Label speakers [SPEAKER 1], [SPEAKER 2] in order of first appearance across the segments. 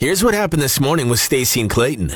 [SPEAKER 1] Here's what happened this morning with Stacey and Clayton.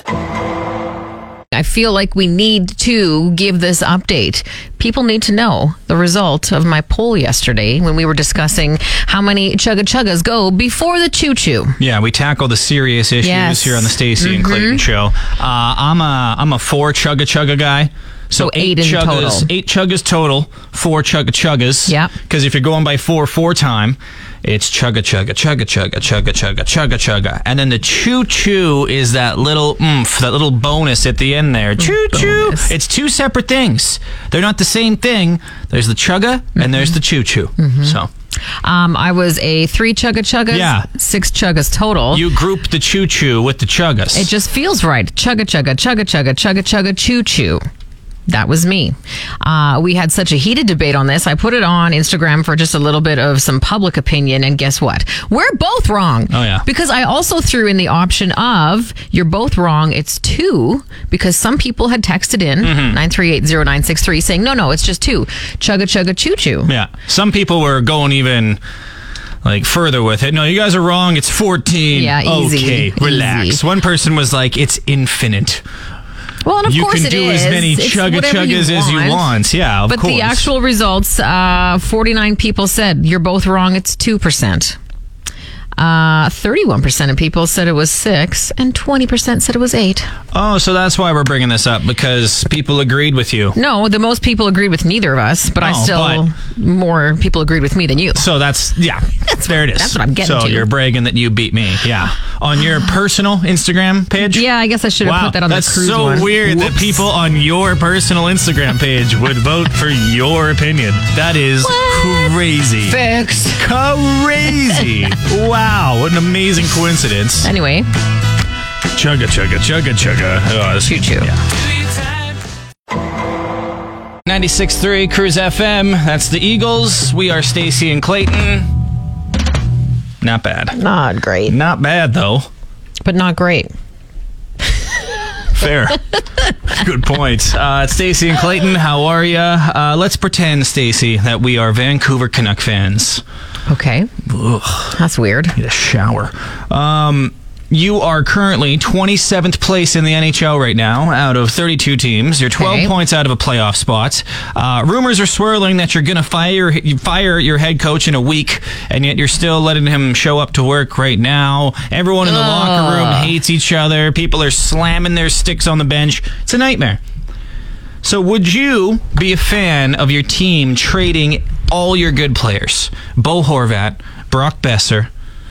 [SPEAKER 2] I feel like we need to give this update. People need to know the result of my poll yesterday when we were discussing how many chugga chuggas go before the choo choo.
[SPEAKER 3] Yeah, we tackle the serious issues
[SPEAKER 2] Yes. Mm-hmm.
[SPEAKER 3] here on the Stacy and Clayton show. Uh, I'm a I'm a four chugga chugga guy. So,
[SPEAKER 2] So eight in
[SPEAKER 3] chuggas,
[SPEAKER 2] total.
[SPEAKER 3] eight chuggas total, four chugga chuggas.
[SPEAKER 2] Yep.
[SPEAKER 3] Because if you're going by four four time, it's chugga chugga chugga chugga chugga chugga chugga chugga, and then the choo choo is that little oomph, that little bonus at the end there. Choo choo.
[SPEAKER 2] bonus.
[SPEAKER 3] It's two separate things. They're not the same thing. There's the chugga and
[SPEAKER 2] Mm-hmm.
[SPEAKER 3] there's the choo choo. So
[SPEAKER 2] Um, I was a three chugga chuggas,
[SPEAKER 3] Yeah.
[SPEAKER 2] six chuggas total.
[SPEAKER 3] you group the choo choo with the chuggas.
[SPEAKER 2] it just feels right. Chugga chugga chugga chugga chugga chugga choo choo. That was me. Uh, we had such a heated debate on this. I put it on Instagram for just a little bit of some public opinion, and guess what? We're both wrong.
[SPEAKER 3] Oh, yeah.
[SPEAKER 2] Because I also threw in the option of you're both wrong. It's two because some people had texted in
[SPEAKER 3] Mm-hmm.
[SPEAKER 2] nine three eight zero nine six three saying no, no, it's just two. Chugga chugga choo choo.
[SPEAKER 3] Yeah. Some people were going even like further with it. No, you guys are wrong. It's 14.
[SPEAKER 2] Yeah, easy,
[SPEAKER 3] Okay,
[SPEAKER 2] easy.
[SPEAKER 3] relax. One person was like, it's infinite.
[SPEAKER 2] Well, and of
[SPEAKER 3] you
[SPEAKER 2] course
[SPEAKER 3] can
[SPEAKER 2] it
[SPEAKER 3] do as
[SPEAKER 2] is.
[SPEAKER 3] many
[SPEAKER 2] It's
[SPEAKER 3] chugga
[SPEAKER 2] whatever
[SPEAKER 3] chuggas as you want. Yeah, of
[SPEAKER 2] but
[SPEAKER 3] course.
[SPEAKER 2] the actual results, uh, 49 people said you're both wrong. It's 2%. Uh, 31% of people said it was 6 and 20% said it was 8.
[SPEAKER 3] Oh, so that's why we're bringing this up because people agreed with you.
[SPEAKER 2] No, the most people agreed with neither of us, but I
[SPEAKER 3] Oh,
[SPEAKER 2] still more people agreed with me than you.
[SPEAKER 3] So that's yeah. That's there it is.
[SPEAKER 2] that's what I'm getting
[SPEAKER 3] So
[SPEAKER 2] to.
[SPEAKER 3] you're bragging that you beat me. Yeah. On your personal Instagram page?
[SPEAKER 2] Yeah, I guess I should have
[SPEAKER 3] Wow,
[SPEAKER 2] put that on
[SPEAKER 3] that's
[SPEAKER 2] the cruise
[SPEAKER 3] so
[SPEAKER 2] one.
[SPEAKER 3] weird that
[SPEAKER 2] Whoops.
[SPEAKER 3] people on your personal Instagram page would vote for your opinion. That is crazy.
[SPEAKER 2] Fix.
[SPEAKER 3] Crazy. wow, what an amazing coincidence.
[SPEAKER 2] Anyway,
[SPEAKER 3] Chugga chugga chugga chugga. Oh, this-
[SPEAKER 2] choo choo.
[SPEAKER 3] yeah. 96.3 Cruise FM. That's the Eagles. We are Stacy and Clayton. Not bad.
[SPEAKER 2] Not great,
[SPEAKER 3] Not bad though.
[SPEAKER 2] but not great.
[SPEAKER 3] Fair. Good point. Uh, it's Stacy and Clayton. How are you? Uh, let's pretend, Stacy, that we are Vancouver Canuck fans.
[SPEAKER 2] Okay. That's weird.
[SPEAKER 3] Need a shower. Um, you are currently 27th place in the NHL right now out of 32 teams. You're 12
[SPEAKER 2] Okay.
[SPEAKER 3] points out of a playoff spot. Uh, rumors are swirling that you're going to fire you fire your head coach in a week, and yet you're still letting him show up to work right now. Everyone in the locker room hates each other. People are slamming their sticks on the bench. It's a nightmare. So, would you be a fan of your team trading all your good players? Bo Horvat, Brock Besser,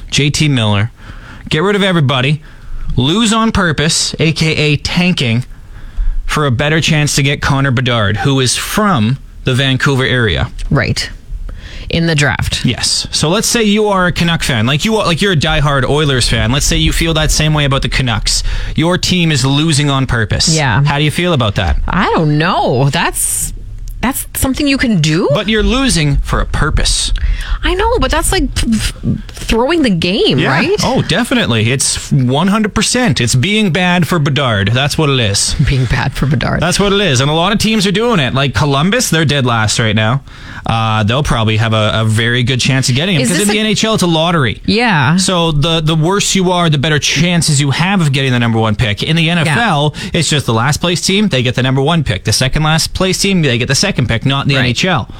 [SPEAKER 3] JT Miller. Get rid of everybody, lose on purpose, aka tanking, for a better chance to get Connor Bedard, who is from the Vancouver area.
[SPEAKER 2] Right. In the draft.
[SPEAKER 3] Yes. So let's say you are a Canuck fan, like you are, like you're a diehard Oilers fan. Let's say you feel that same way about the Canucks. Your team is losing on purpose.
[SPEAKER 2] Yeah.
[SPEAKER 3] How do you feel about that?
[SPEAKER 2] I don't know. That's that's something you can do.
[SPEAKER 3] But you're losing for a purpose.
[SPEAKER 2] I know, but that's like th- th- throwing the game, right?
[SPEAKER 3] Oh, definitely. It's 100%. It's being bad for Bedard. That's what it is.
[SPEAKER 2] Being bad for Bedard.
[SPEAKER 3] That's what it is. And a lot of teams are doing it. Like Columbus, they're dead last right now. Uh, they'll probably have a, a very good chance of getting him
[SPEAKER 2] Is
[SPEAKER 3] because in
[SPEAKER 2] this
[SPEAKER 3] the
[SPEAKER 2] a-
[SPEAKER 3] NHL, it's a lottery.
[SPEAKER 2] yeah.
[SPEAKER 3] So the the worse you are, the better chances you have of getting the number one pick. In the NFL, it's just the last place team they get the number one pick. The second last place team they get the second pick. Not in the
[SPEAKER 2] Right.
[SPEAKER 3] NHL.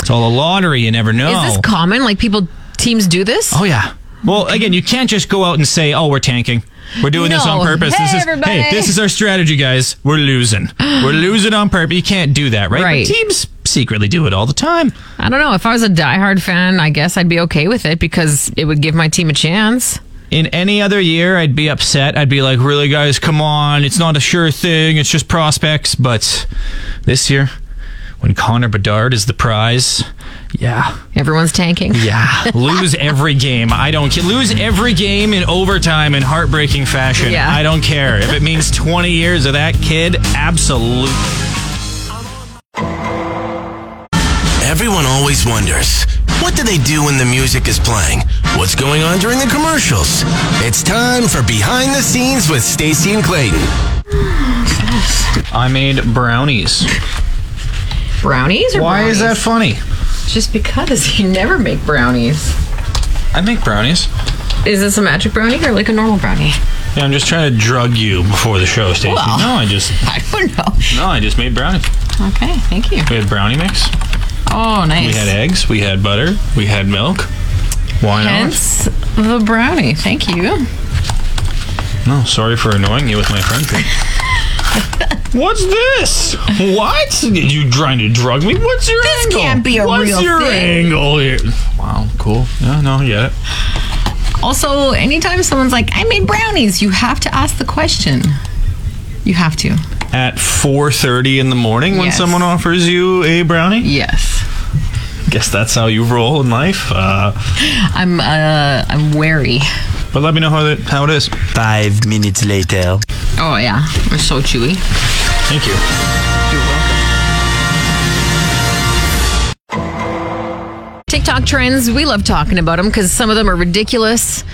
[SPEAKER 3] It's all a lottery. You never know.
[SPEAKER 2] Is this common? Like people teams do this?
[SPEAKER 3] Oh yeah. Well, again, you can't just go out and say, "Oh, we're tanking. We're doing this
[SPEAKER 2] No.
[SPEAKER 3] on purpose.
[SPEAKER 2] Hey,
[SPEAKER 3] this is
[SPEAKER 2] everybody."
[SPEAKER 3] hey, this is our strategy, guys. We're losing. we're losing on purpose. You can't do that, right? But
[SPEAKER 2] Right.
[SPEAKER 3] teams secretly do it all the time.
[SPEAKER 2] I don't know. If I was a diehard fan, I guess I'd be okay with it because it would give my team a chance.
[SPEAKER 3] In any other year, I'd be upset. I'd be like, "Really, guys? Come on! It's not a sure thing. It's just prospects." But this year, when Connor Bedard is the prize, yeah.
[SPEAKER 2] Everyone's tanking.
[SPEAKER 3] Yeah, lose every game. I don't care. Lose every game in overtime in heartbreaking fashion.
[SPEAKER 2] Yeah.
[SPEAKER 3] I don't care. If it means 20 years of that kid, absolutely.
[SPEAKER 1] Everyone always wonders what do they do when the music is playing? What's going on during the commercials? It's time for Behind the Scenes with Stacey and Clayton.
[SPEAKER 3] I made brownies.
[SPEAKER 2] Brownies or
[SPEAKER 3] Why is that
[SPEAKER 2] brownies?
[SPEAKER 3] funny?
[SPEAKER 2] Just because you never make brownies.
[SPEAKER 3] I make brownies.
[SPEAKER 2] Is this a magic brownie or like a normal brownie?
[SPEAKER 3] Yeah, I'm just trying to drug you before the show, Stacey.
[SPEAKER 2] Well.
[SPEAKER 3] No, I just
[SPEAKER 2] I don't know.
[SPEAKER 3] no, I just made brownies.
[SPEAKER 2] Okay, thank you.
[SPEAKER 3] We had brownie mix.
[SPEAKER 2] Oh, nice.
[SPEAKER 3] We had eggs. We had butter. We had milk. Why
[SPEAKER 2] Hence the brownie. Thank you.
[SPEAKER 3] not? No, sorry for annoying you with my friend thing. What's this? What? You trying to drug me? What's your
[SPEAKER 2] This
[SPEAKER 3] angle?
[SPEAKER 2] can't be a
[SPEAKER 3] What's
[SPEAKER 2] real
[SPEAKER 3] your
[SPEAKER 2] thing.
[SPEAKER 3] angle here? Wow, cool. Yeah, no, I get it.
[SPEAKER 2] Also, anytime someone's like, I made brownies, you have to ask the question. You have to.
[SPEAKER 3] At 4:30 in the morning, when
[SPEAKER 2] Yes.
[SPEAKER 3] someone offers you a brownie,
[SPEAKER 2] Yes.
[SPEAKER 3] guess that's how you roll in life. Uh,
[SPEAKER 2] I'm uh I'm wary.
[SPEAKER 3] but let me know how that how it is.
[SPEAKER 4] Five minutes later.
[SPEAKER 2] Oh yeah. I'm so chewy.
[SPEAKER 3] Thank you.
[SPEAKER 2] TikTok trends, we love talking about them because some of them are ridiculous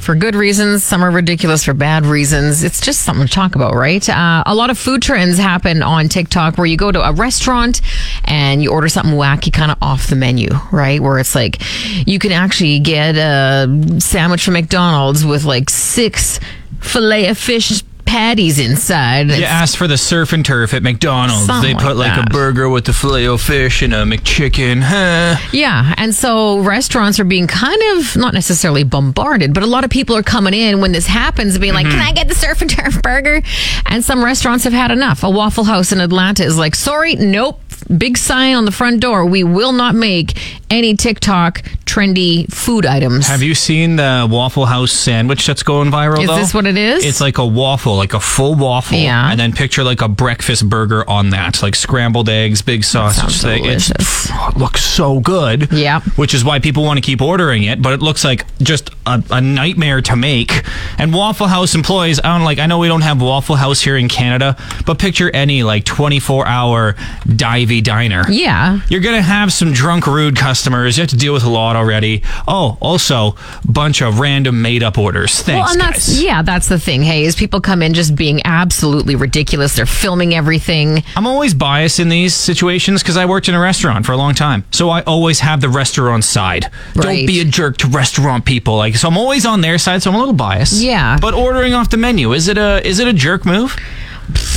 [SPEAKER 2] for good reasons, some are ridiculous for bad reasons. It's just something to talk about, right? Uh, a lot of food trends happen on TikTok where you go to a restaurant and you order something wacky, kind of off the menu, right? Where it's like you can actually get a sandwich from McDonald's with like six filet of fish patties inside.
[SPEAKER 3] You asked for the surf and turf at McDonald's.
[SPEAKER 2] Something
[SPEAKER 3] they put
[SPEAKER 2] like
[SPEAKER 3] like,
[SPEAKER 2] that.
[SPEAKER 3] a burger with the filet o fish and a McChicken. Huh?
[SPEAKER 2] Yeah. And so restaurants are being kind of not necessarily bombarded, but a lot of people are coming in when this happens and being like, Can
[SPEAKER 3] Mm-hmm.
[SPEAKER 2] I get the surf and turf burger? And some restaurants have had enough. A Waffle House in Atlanta is like, Sorry, nope. Big sign on the front door. We will not make any TikTok trendy food items.
[SPEAKER 3] Have you seen the Waffle House sandwich that's going viral?
[SPEAKER 2] Is
[SPEAKER 3] though?
[SPEAKER 2] this what it is?
[SPEAKER 3] It's like a waffle, like a full waffle,
[SPEAKER 2] Yeah.
[SPEAKER 3] and then picture like a breakfast burger on that, like scrambled eggs, big sausage
[SPEAKER 2] sounds
[SPEAKER 3] thing. It's
[SPEAKER 2] delicious.
[SPEAKER 3] pff, it looks so good.
[SPEAKER 2] Yep.
[SPEAKER 3] Which is why people want to keep ordering it, but it looks like just a, a nightmare to make. And Waffle House employees, I don't like. I know we don't have Waffle House here in Canada, but picture any like 24-hour divey diner.
[SPEAKER 2] yeah.
[SPEAKER 3] You're gonna have some drunk, rude customers. You have to deal with a lot already. Oh, also, bunch of random made-up orders. Thanks,
[SPEAKER 2] Well, and that's
[SPEAKER 3] guys.
[SPEAKER 2] yeah, that's the thing. Hey, is people come in just being absolutely ridiculous. They're filming everything.
[SPEAKER 3] I'm always biased in these situations because I worked in a restaurant for a long time, so I always have the restaurant side.
[SPEAKER 2] Right.
[SPEAKER 3] Don't be a jerk to restaurant people. Like, so I'm always on their side, so I'm a little biased.
[SPEAKER 2] Yeah.
[SPEAKER 3] But ordering off the menu is it a is it a jerk move?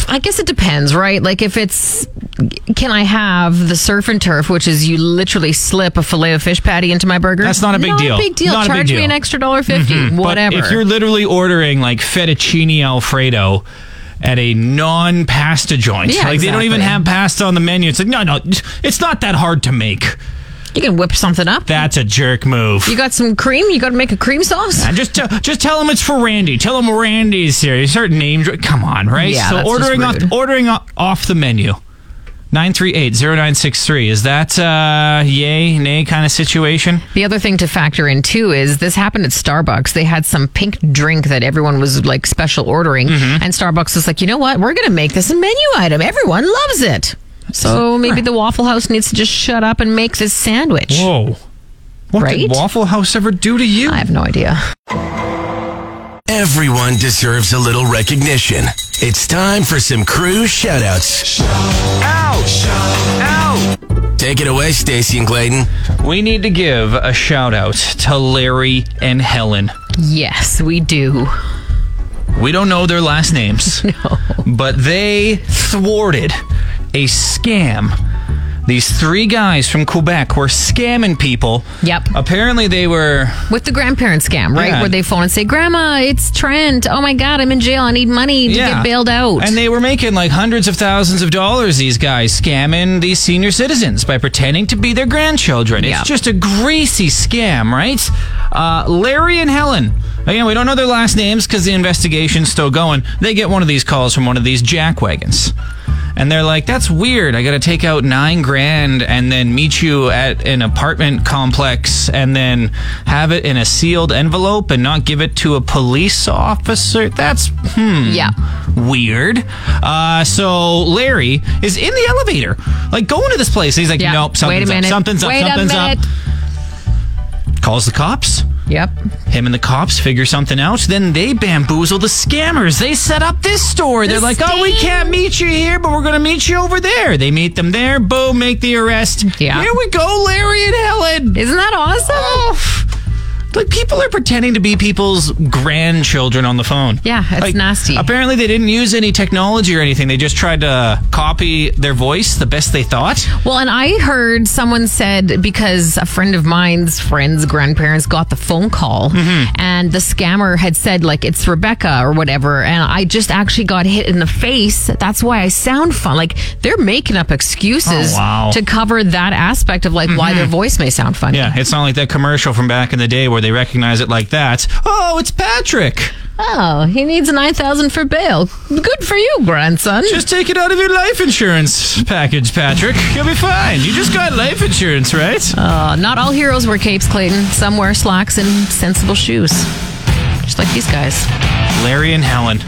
[SPEAKER 2] I guess it depends, right? Like if it's can I have the surf and turf, which is you literally slip a filet of fish patty into my burger?
[SPEAKER 3] That's not a big deal.
[SPEAKER 2] big deal.
[SPEAKER 3] Not a big
[SPEAKER 2] Charge me
[SPEAKER 3] deal. Mm-hmm.
[SPEAKER 2] an extra dollar 50 whatever.
[SPEAKER 3] But if you're literally ordering like fettuccine alfredo at a non-pasta joint,
[SPEAKER 2] Yeah,
[SPEAKER 3] like they don't even
[SPEAKER 2] exactly.
[SPEAKER 3] have pasta on the menu, it's like no, no, it's not that hard to make.
[SPEAKER 2] you can whip something up.
[SPEAKER 3] That's a jerk move.
[SPEAKER 2] you got some cream? You got to make a cream sauce?
[SPEAKER 3] And Uh, just tell, just tell him it's for Randy. Tell him Randy's here. You start name dro- Come on, right?
[SPEAKER 2] Yeah,
[SPEAKER 3] so
[SPEAKER 2] that's just
[SPEAKER 3] ordering
[SPEAKER 2] rude.
[SPEAKER 3] off ordering o- off the menu. 938-0963. Is that uh yay, nay kind of situation?
[SPEAKER 2] The other thing to factor in too is this happened at Starbucks. They had some pink drink that everyone was like special ordering,
[SPEAKER 3] Mm-hmm.
[SPEAKER 2] and Starbucks was like, you know what? We're going to make this a menu item. Everyone loves it. So maybe the Waffle House needs to just shut up and make this sandwich.
[SPEAKER 3] Whoa. What
[SPEAKER 2] Right?
[SPEAKER 3] did Waffle House ever do to you?
[SPEAKER 2] I have no idea.
[SPEAKER 1] Everyone deserves a little recognition. It's time for some crew shoutouts. Take it away, Stacy and Clayton.
[SPEAKER 3] We need to give a shout out to Larry and Helen.
[SPEAKER 2] Yes, we do.
[SPEAKER 3] We don't know their last names, but they thwarted a scam. These three guys from Quebec were scamming people.
[SPEAKER 2] Yep.
[SPEAKER 3] Apparently, they were.
[SPEAKER 2] With the grandparent scam, right?
[SPEAKER 3] Yeah.
[SPEAKER 2] Where they phone and say, Grandma, it's Trent. Oh my God, I'm in jail. I need money to
[SPEAKER 3] yeah,
[SPEAKER 2] get bailed out.
[SPEAKER 3] And they were making like hundreds of thousands of dollars, these guys, scamming these senior citizens by pretending to be their grandchildren.
[SPEAKER 2] Yeah.
[SPEAKER 3] It's just a greasy scam, right? Uh, Larry and Helen. Again, we don't know their last names because the investigation's still going. They get one of these calls from one of these jack wagons. And they're like, that's weird. I got to take out nine grand and then meet you at an apartment complex and then have it in a sealed envelope and not give it to a police officer. That's, hmm
[SPEAKER 2] yeah.
[SPEAKER 3] weird. Uh, so Larry is in the elevator, like going to this place. He's like,
[SPEAKER 2] Yeah.
[SPEAKER 3] nope,
[SPEAKER 2] Wait a
[SPEAKER 3] something's up,
[SPEAKER 2] minute.
[SPEAKER 3] something's up,
[SPEAKER 2] Wait a
[SPEAKER 3] something's up.
[SPEAKER 2] minute.
[SPEAKER 3] Calls the cops.
[SPEAKER 2] Yep.
[SPEAKER 3] Him and the cops figure something out. Then they bamboozle the scammers. They set up this store. They're like, oh, we
[SPEAKER 2] scam.
[SPEAKER 3] can't meet you here, but we're going to meet you over there. They meet them there. Boom, make the arrest.
[SPEAKER 2] Yeah.
[SPEAKER 3] Here we go, Larry and Helen.
[SPEAKER 2] Isn't that awesome?
[SPEAKER 3] Oh, Like people are pretending to be people's grandchildren on the phone.
[SPEAKER 2] Yeah, it's
[SPEAKER 3] Like,
[SPEAKER 2] nasty.
[SPEAKER 3] Apparently, they didn't use any technology or anything. They just tried to copy their voice the best they thought.
[SPEAKER 2] Well, and I heard someone said because a friend of mine's friend's grandparents got the phone call
[SPEAKER 3] Mm-hmm.
[SPEAKER 2] and the scammer had said, like, it's Rebecca or whatever. And I just actually got hit in the face. That's why I sound fun. Like, they're making up excuses
[SPEAKER 3] Oh, wow. Mm-hmm.
[SPEAKER 2] to cover that aspect of, like, why their voice may sound funny.
[SPEAKER 3] Yeah, it's not like that commercial from back in the day where they recognize it like that. Oh, it's Patrick.
[SPEAKER 2] Oh, he needs 9000 for bail. Good for you, grandson.
[SPEAKER 3] Just take it out of your life insurance package, Patrick. You'll be fine. You just got life insurance, right?
[SPEAKER 2] Uh, not all heroes wear capes, Clayton. Some wear slacks and sensible shoes. Just like these guys.
[SPEAKER 3] Larry and Helen.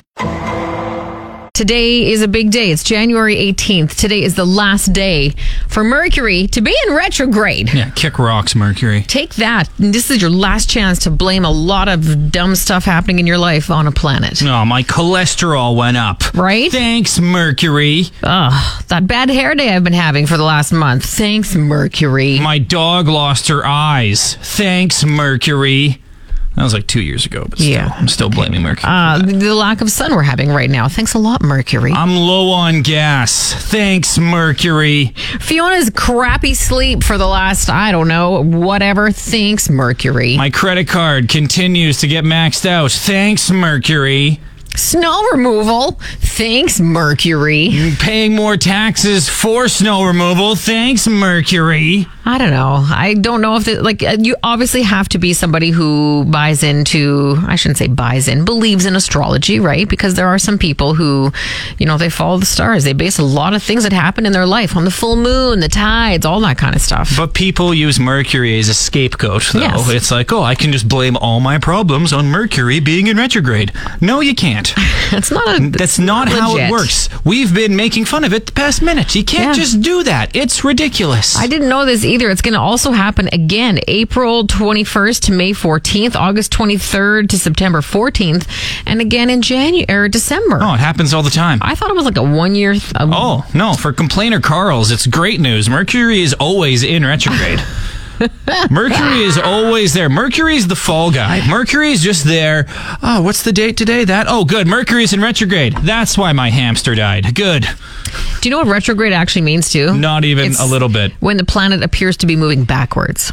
[SPEAKER 2] Today is a big day. It's January 18th. Today is the last day for Mercury to be in retrograde.
[SPEAKER 3] Yeah, kick rocks, Mercury.
[SPEAKER 2] Take that. This is your last chance to blame a lot of dumb stuff happening in your life on a planet.
[SPEAKER 3] Oh, my cholesterol went up.
[SPEAKER 2] Right?
[SPEAKER 3] Thanks, Mercury.
[SPEAKER 2] Ugh, that bad hair day I've been having for the last month. Thanks, Mercury.
[SPEAKER 3] My dog lost her eyes. Thanks, Mercury. That was like two years ago, but still,
[SPEAKER 2] Yeah.
[SPEAKER 3] I'm still blaming Mercury.
[SPEAKER 2] Uh, the lack of sun we're having right now. Thanks a lot, Mercury.
[SPEAKER 3] I'm low on gas. Thanks, Mercury.
[SPEAKER 2] Fiona's crappy sleep for the last, I don't know, whatever. Thanks, Mercury.
[SPEAKER 3] My credit card continues to get maxed out. Thanks, Mercury.
[SPEAKER 2] Snow removal. Thanks, Mercury.
[SPEAKER 3] Paying more taxes for snow removal. Thanks, Mercury.
[SPEAKER 2] I don't know. I don't know if the, like uh, you obviously have to be somebody who buys into I shouldn't say buys in believes in astrology, right? Because there are some people who, you know, they follow the stars. They base a lot of things that happen in their life on the full moon, the tides, all that kind of stuff.
[SPEAKER 3] But people use Mercury as a scapegoat, though.
[SPEAKER 2] Yes.
[SPEAKER 3] It's like, oh, I can just blame all my problems on Mercury being in retrograde. No, you can't.
[SPEAKER 2] That's not a
[SPEAKER 3] That's not how it
[SPEAKER 2] legit.
[SPEAKER 3] works. We've been making fun of it the past minute. You can't
[SPEAKER 2] Yeah.
[SPEAKER 3] just do that. It's ridiculous.
[SPEAKER 2] I didn't know this either. It's going to also happen again April 21st to May 14th, August 23rd to September 14th, and again in January or December.
[SPEAKER 3] oh, it happens all the time.
[SPEAKER 2] I thought it was like a one year. Th- a-
[SPEAKER 3] oh, no. For complainer Carl's, it's great news. Mercury is always in retrograde. Mercury is always there. Mercury's the fall guy. Mercury is just there. Oh, what's the date today? That? Oh, good. Mercury's in retrograde. That's why my hamster died. Good.
[SPEAKER 2] Do you know what retrograde actually means, too?
[SPEAKER 3] Not even
[SPEAKER 2] It's
[SPEAKER 3] a little bit.
[SPEAKER 2] When the planet appears to be moving backwards.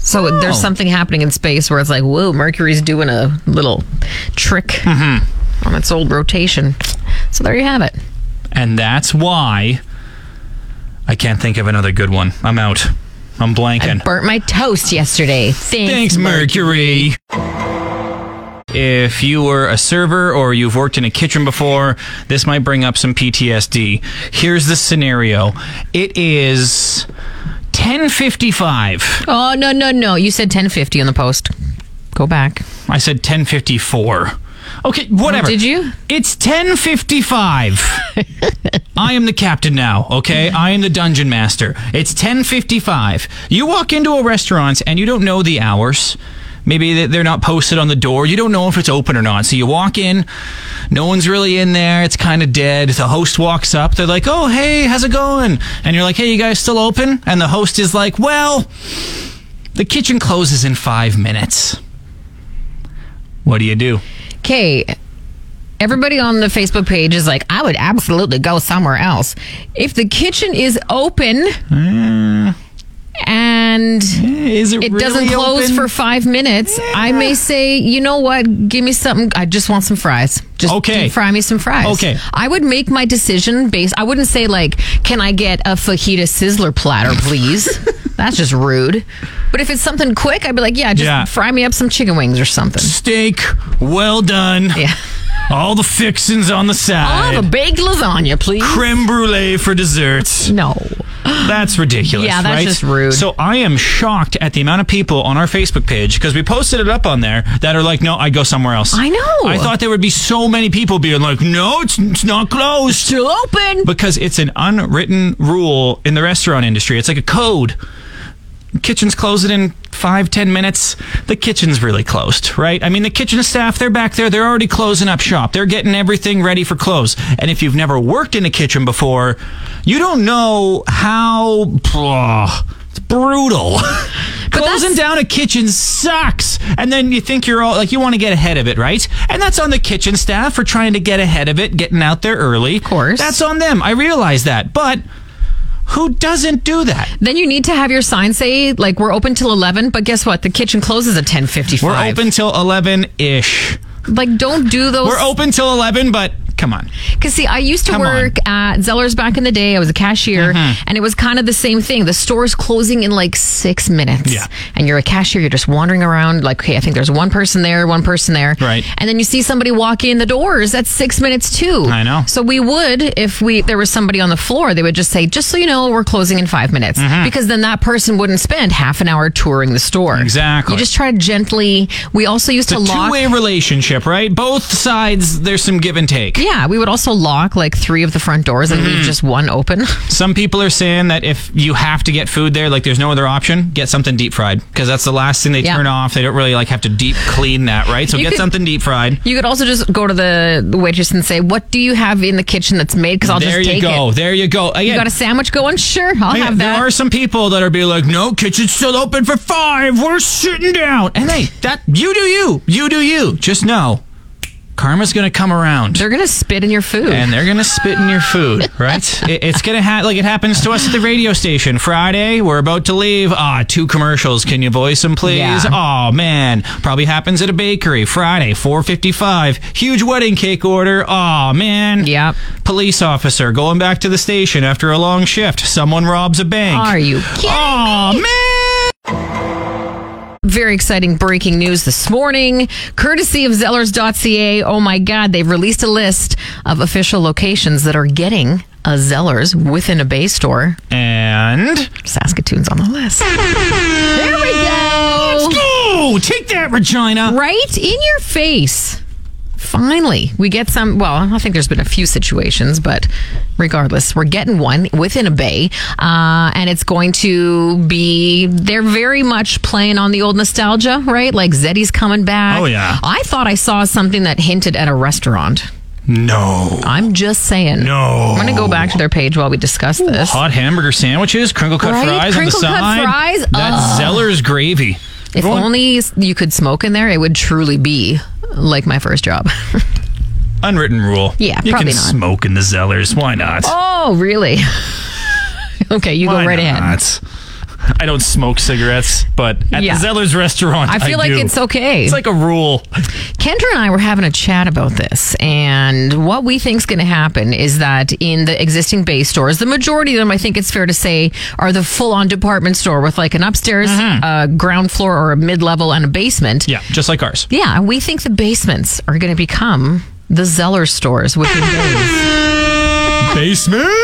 [SPEAKER 2] So
[SPEAKER 3] Oh.
[SPEAKER 2] there's something happening in space where it's like, whoa, Mercury's doing a little trick
[SPEAKER 3] Mm-hmm.
[SPEAKER 2] on its old rotation. So there you have it.
[SPEAKER 3] And that's why I can't think of another good one. I'm out. I'm blanking.
[SPEAKER 2] Burnt my toast yesterday. Thanks,
[SPEAKER 3] Thanks, Mercury. If you were a server or you've worked in a kitchen before, this might bring up some PTSD. Here's the scenario. It is 10:55.
[SPEAKER 2] Oh, no, no, no. You said 1050 on the post. Go back.
[SPEAKER 3] I said 10:54. Okay, whatever.
[SPEAKER 2] Oh, did you?
[SPEAKER 3] It's 10:55. I am the captain now, okay? I am the dungeon master. It's 10:55. You walk into a restaurant and you don't know the hours. Maybe they- they're not posted on the door. You don't know if it's open or not. So you walk in, no one's really in there. It's kind of dead. The host walks up. They're like, "Oh, hey, how's it going?" And you're like, "Hey, you guys still open?" And the host is like, "Well, the kitchen closes in 5 minutes." What do you do?
[SPEAKER 2] Okay. Everybody on the Facebook page is like, I would absolutely go somewhere else. If the kitchen is open and
[SPEAKER 3] Is
[SPEAKER 2] it doesn't close for five minutes, I may say, you know what? Give me something. I just want some fries. Just
[SPEAKER 3] Okay.
[SPEAKER 2] deep fry me some fries.
[SPEAKER 3] Okay.
[SPEAKER 2] I would make my decision based. I wouldn't say like, can I get a fajita sizzler platter, please? That's just rude. But if it's something quick, I'd be like, yeah, just
[SPEAKER 3] Yeah.
[SPEAKER 2] fry me up some chicken wings or something.
[SPEAKER 3] steak. Well done.
[SPEAKER 2] Yeah.
[SPEAKER 3] All the fixins on the
[SPEAKER 2] I'll
[SPEAKER 3] side.
[SPEAKER 2] have a baked lasagna, please.
[SPEAKER 3] Creme brulee for dessert.
[SPEAKER 2] no.
[SPEAKER 3] That's ridiculous.
[SPEAKER 2] Yeah, that's
[SPEAKER 3] right?
[SPEAKER 2] just rude.
[SPEAKER 3] So I am shocked at the amount of people on our Facebook page because we posted it up on there that are like, "No, I go somewhere else."
[SPEAKER 2] I know.
[SPEAKER 3] I thought there would be so many people being like, "No, it's, it's not closed."
[SPEAKER 2] Still open.
[SPEAKER 3] because it's an unwritten rule in the restaurant industry. It's like a code. Kitchen's closing in five, ten minutes. The kitchen's really closed, right? I mean, the kitchen staff, they're back there. They're already closing up shop. They're getting everything ready for close. And if you've never worked in a kitchen before, you don't know how. Blah, brutal. Closing
[SPEAKER 2] that's-
[SPEAKER 3] down a kitchen sucks. And then you think you're all like you want to get ahead of it, right? And that's on the kitchen staff for trying to get ahead of it, getting out there early. Of
[SPEAKER 2] course.
[SPEAKER 3] That's on them. I realize that. But who doesn't do that?
[SPEAKER 2] Then you need to have your sign say like we're open till 11, but guess what? The kitchen closes at 10:55.
[SPEAKER 3] We're open till 11-ish.
[SPEAKER 2] Like don't do those
[SPEAKER 3] We're open till 11, but come on.
[SPEAKER 2] Because see, I used to
[SPEAKER 3] Come Mm-hmm.
[SPEAKER 2] work at Zeller's back in the day. I was a cashier, and it was kind of the same thing. The store's closing in like six minutes,
[SPEAKER 3] Yeah.
[SPEAKER 2] and you're a cashier. You're just wandering around, like, okay, I think there's one person there, one person there,
[SPEAKER 3] Right.
[SPEAKER 2] And then you see somebody walk in the doors. That's six minutes too.
[SPEAKER 3] I know.
[SPEAKER 2] So we would, if we there was somebody on the floor, they would just say, just so you know, we're closing in five minutes,
[SPEAKER 3] Mm-hmm.
[SPEAKER 2] because then that person wouldn't spend half an hour touring the store.
[SPEAKER 3] Exactly.
[SPEAKER 2] You just try to gently. We also used to
[SPEAKER 3] It's a
[SPEAKER 2] lock
[SPEAKER 3] two-way relationship, right? Both sides, there's some give and take.
[SPEAKER 2] Yeah, we would also lock like three of the front doors and
[SPEAKER 3] Mm-hmm.
[SPEAKER 2] leave just one open.
[SPEAKER 3] Some people are saying that if you have to get food there, like there's no other option, get something deep fried because that's the last thing they
[SPEAKER 2] Yeah.
[SPEAKER 3] turn off. They don't really like have to deep clean that, right? So
[SPEAKER 2] You
[SPEAKER 3] get
[SPEAKER 2] could-
[SPEAKER 3] something deep fried.
[SPEAKER 2] You could also just go to the, the waitress and say, "What do you have in the kitchen that's made?" Because I'll
[SPEAKER 3] there
[SPEAKER 2] just
[SPEAKER 3] you
[SPEAKER 2] take
[SPEAKER 3] go.
[SPEAKER 2] it.
[SPEAKER 3] There you go. Again,
[SPEAKER 2] You got a sandwich going? Sure, I'll
[SPEAKER 3] again,
[SPEAKER 2] have that.
[SPEAKER 3] There are some people that are be like, "No, kitchen's still open for five. We're sitting down." And hey, that you do you, you do you. Just know, karma's gonna come around.
[SPEAKER 2] They're gonna spit in your food.
[SPEAKER 3] and they're gonna spit in your food, right? It, it's gonna ha- like it happens to us at the radio station. Friday, we're about to leave. Ah, two commercials. Can you voice them, please?
[SPEAKER 2] Yeah.
[SPEAKER 3] Oh man, probably happens at a bakery. Friday, four fifty-five. Huge wedding cake order. Oh man.
[SPEAKER 2] Yep.
[SPEAKER 3] Police officer going back to the station after a long shift. Someone robs a bank.
[SPEAKER 2] Are you kidding
[SPEAKER 3] Oh man.
[SPEAKER 2] Very exciting breaking news this morning, courtesy of Zellers.ca. Oh my God, they've released a list of official locations that are getting a Zellers within a Bay store.
[SPEAKER 3] And
[SPEAKER 2] Saskatoon's on the list. There we go.
[SPEAKER 3] go. Take that, Regina.
[SPEAKER 2] right in your face. Finally, we get some. Well, I think there's been a few situations, but regardless, we're getting one within a bay, uh, and it's going to be. They're very much playing on the old nostalgia, right? Like Zeddy's coming back.
[SPEAKER 3] Oh, yeah.
[SPEAKER 2] I thought I saw something that hinted at a restaurant.
[SPEAKER 3] No.
[SPEAKER 2] I'm just saying.
[SPEAKER 3] No.
[SPEAKER 2] I'm gonna go back to their page while we discuss this.
[SPEAKER 3] Hot hamburger sandwiches, crinkle cut
[SPEAKER 2] Right?
[SPEAKER 3] fries
[SPEAKER 2] Crinkle
[SPEAKER 3] on the
[SPEAKER 2] cut
[SPEAKER 3] side.
[SPEAKER 2] fries?
[SPEAKER 3] That's Zeller's gravy.
[SPEAKER 2] If
[SPEAKER 3] Everyone-
[SPEAKER 2] only you could smoke in there, it would truly be like my first job.
[SPEAKER 3] unwritten rule.
[SPEAKER 2] Yeah,
[SPEAKER 3] you
[SPEAKER 2] probably
[SPEAKER 3] can
[SPEAKER 2] not.
[SPEAKER 3] smoke in the Zellers. Why not?
[SPEAKER 2] oh, really? okay, you
[SPEAKER 3] Why
[SPEAKER 2] go right ahead.
[SPEAKER 3] not? I don't smoke cigarettes, but at
[SPEAKER 2] Yeah.
[SPEAKER 3] the Zellers restaurant,
[SPEAKER 2] I feel like
[SPEAKER 3] do.
[SPEAKER 2] it's okay.
[SPEAKER 3] It's like a rule.
[SPEAKER 2] Kendra and I were having a chat about this, and what we think's going to happen is that in the existing Bay stores, the majority of them, I think it's fair to say, are the full-on department store with like an upstairs, a ground floor, or a mid-level, and a basement.
[SPEAKER 3] Mm-hmm. Yeah, just like ours.
[SPEAKER 2] Yeah, we think the basements are going to become the Zeller stores within days.
[SPEAKER 3] Basements.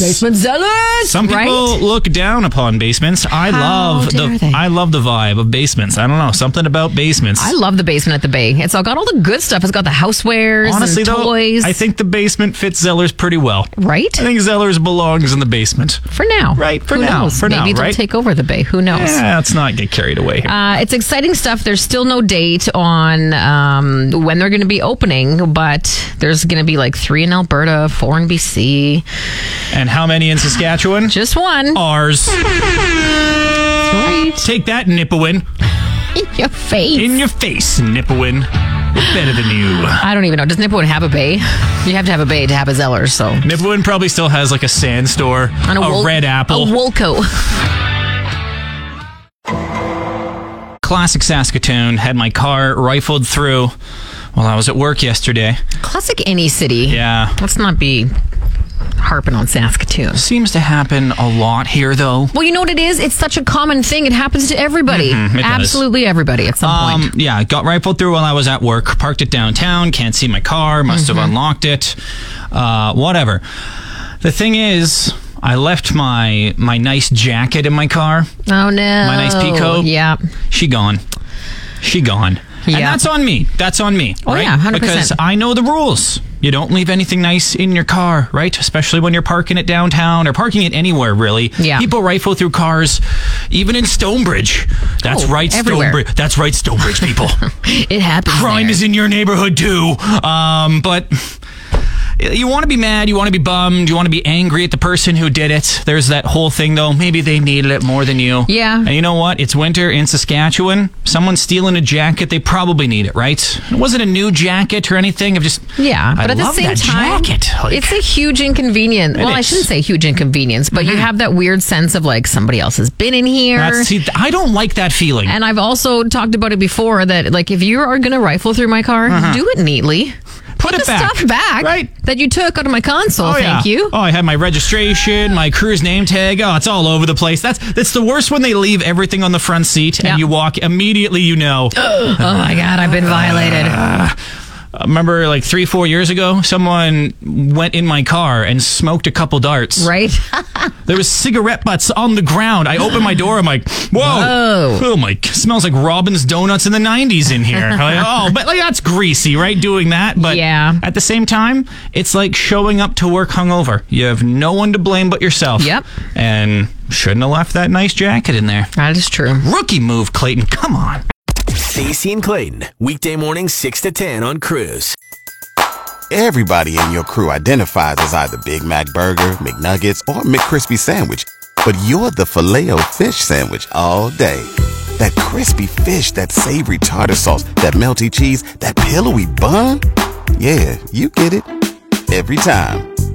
[SPEAKER 2] Basement Zellers,
[SPEAKER 3] Some people
[SPEAKER 2] right?
[SPEAKER 3] look down upon basements. I
[SPEAKER 2] How
[SPEAKER 3] love
[SPEAKER 2] dare
[SPEAKER 3] the
[SPEAKER 2] they?
[SPEAKER 3] I love the vibe of basements. I don't know something about basements.
[SPEAKER 2] I love the basement at the Bay. It's all got all the good stuff. It's got the housewares,
[SPEAKER 3] Honestly,
[SPEAKER 2] and
[SPEAKER 3] though,
[SPEAKER 2] toys.
[SPEAKER 3] I think the basement fits Zellers pretty well.
[SPEAKER 2] right.
[SPEAKER 3] I think Zellers belongs in the basement.
[SPEAKER 2] For now.
[SPEAKER 3] Right, for
[SPEAKER 2] Who
[SPEAKER 3] now,
[SPEAKER 2] Knows?
[SPEAKER 3] for
[SPEAKER 2] Maybe
[SPEAKER 3] now,
[SPEAKER 2] they'll
[SPEAKER 3] right?
[SPEAKER 2] take over the bay. Who knows?
[SPEAKER 3] Yeah, let's not get carried away here.
[SPEAKER 2] Uh, it's exciting stuff. There's still no date on um, when they're going to be opening, but there's going to be like three in Alberta, four in BC,
[SPEAKER 3] and how many in Saskatchewan?
[SPEAKER 2] just
[SPEAKER 3] Oh.
[SPEAKER 2] one.
[SPEAKER 3] Ours.
[SPEAKER 2] Right
[SPEAKER 3] Take that, Nipawin.
[SPEAKER 2] in your face.
[SPEAKER 3] In your face, Nipawin. We're better than you.
[SPEAKER 2] I don't even know. Does Nipwood have a bay? You have to have a bay to have a Zeller, so.
[SPEAKER 3] Nipawin probably still has like a sand store,
[SPEAKER 2] On
[SPEAKER 3] a,
[SPEAKER 2] Wol-
[SPEAKER 3] red apple.
[SPEAKER 2] A Wolco.
[SPEAKER 3] Classic Saskatoon had my car rifled through while I was at work yesterday.
[SPEAKER 2] Classic any city.
[SPEAKER 3] Yeah.
[SPEAKER 2] Let's not be harping on Saskatoon.
[SPEAKER 3] Seems to happen a lot here, though.
[SPEAKER 2] Well, you know what it is? It's such a common thing. It happens to everybody.
[SPEAKER 3] Mm-hmm, it does.
[SPEAKER 2] Absolutely everybody at some point.
[SPEAKER 3] Um, yeah, got rifled through while I was at work. Parked it downtown. Can't see my car. Must have unlocked it. Uh, whatever. The thing is, I left my my nice jacket in my car.
[SPEAKER 2] Oh no.
[SPEAKER 3] My nice peacoat.
[SPEAKER 2] Yeah.
[SPEAKER 3] She gone. She gone. And
[SPEAKER 2] Yeah.
[SPEAKER 3] that's on me. That's on me.
[SPEAKER 2] Oh,
[SPEAKER 3] right?
[SPEAKER 2] yeah, 100%.
[SPEAKER 3] Because I know the rules. You don't leave anything nice in your car, right? Especially when you're parking it downtown or parking it anywhere, really.
[SPEAKER 2] Yeah.
[SPEAKER 3] People rifle through cars, even in Stonebridge. That's
[SPEAKER 2] Oh,
[SPEAKER 3] right,
[SPEAKER 2] everywhere.
[SPEAKER 3] Stonebridge. That's right, Stonebridge people.
[SPEAKER 2] It happens.
[SPEAKER 3] Crime
[SPEAKER 2] there.
[SPEAKER 3] is in your neighborhood too. Um, but you want to be mad, you want to be bummed, you want to be angry at the person who did it. There's that whole thing though. Maybe they needed it more than you.
[SPEAKER 2] Yeah.
[SPEAKER 3] And you know what? It's winter in Saskatchewan. Someone's stealing a jacket. They probably need it, right? It wasn't a new jacket or anything. I've just
[SPEAKER 2] Yeah,
[SPEAKER 3] I
[SPEAKER 2] but at the
[SPEAKER 3] love
[SPEAKER 2] same
[SPEAKER 3] that
[SPEAKER 2] time,
[SPEAKER 3] jacket. Like-
[SPEAKER 2] it's a huge inconvenience. Well, I
[SPEAKER 3] is. Mm-hmm.
[SPEAKER 2] shouldn't say huge inconvenience, but you have that weird sense of like somebody else has been in here.
[SPEAKER 3] That's, see, I don't like that feeling.
[SPEAKER 2] and I've also talked about it before that like if you are going to rifle through my car, do it neatly.
[SPEAKER 3] Uh-huh. Put
[SPEAKER 2] Put
[SPEAKER 3] it
[SPEAKER 2] the
[SPEAKER 3] back.
[SPEAKER 2] stuff back
[SPEAKER 3] Right.
[SPEAKER 2] that you took out of my console.
[SPEAKER 3] yeah.
[SPEAKER 2] thank you.
[SPEAKER 3] Oh, I had my registration, my cruise name tag. Oh, it's all over the place. That's that's the worst when they leave everything on the front seat
[SPEAKER 2] Yeah.
[SPEAKER 3] and you walk immediately. You know,
[SPEAKER 2] Oh my god, I've been violated.
[SPEAKER 3] I remember like three four years ago, someone went in my car and smoked a couple darts.
[SPEAKER 2] Right?
[SPEAKER 3] There was cigarette butts on the ground. I opened my door. I'm like, whoa,
[SPEAKER 2] Whoa.
[SPEAKER 3] oh my, smells like Robin's donuts in the '90s in here. I'm like, oh, but like that's greasy, right? Doing that, but
[SPEAKER 2] Yeah.
[SPEAKER 3] At the same time, it's like showing up to work hungover. You have no one to blame but yourself.
[SPEAKER 2] Yep.
[SPEAKER 3] And shouldn't have left that nice jacket in there.
[SPEAKER 2] that is true.
[SPEAKER 3] Rookie move, Clayton. Come on.
[SPEAKER 1] Stacey and Clayton, weekday morning 6 to 10 on Cruise.
[SPEAKER 5] Everybody in your crew identifies as either Big Mac Burger, McNuggets, or McCrispy Sandwich. But you're the filet fish Sandwich all day. That crispy fish, that savory tartar sauce, that melty cheese, that pillowy bun. Yeah, you get it. Every time.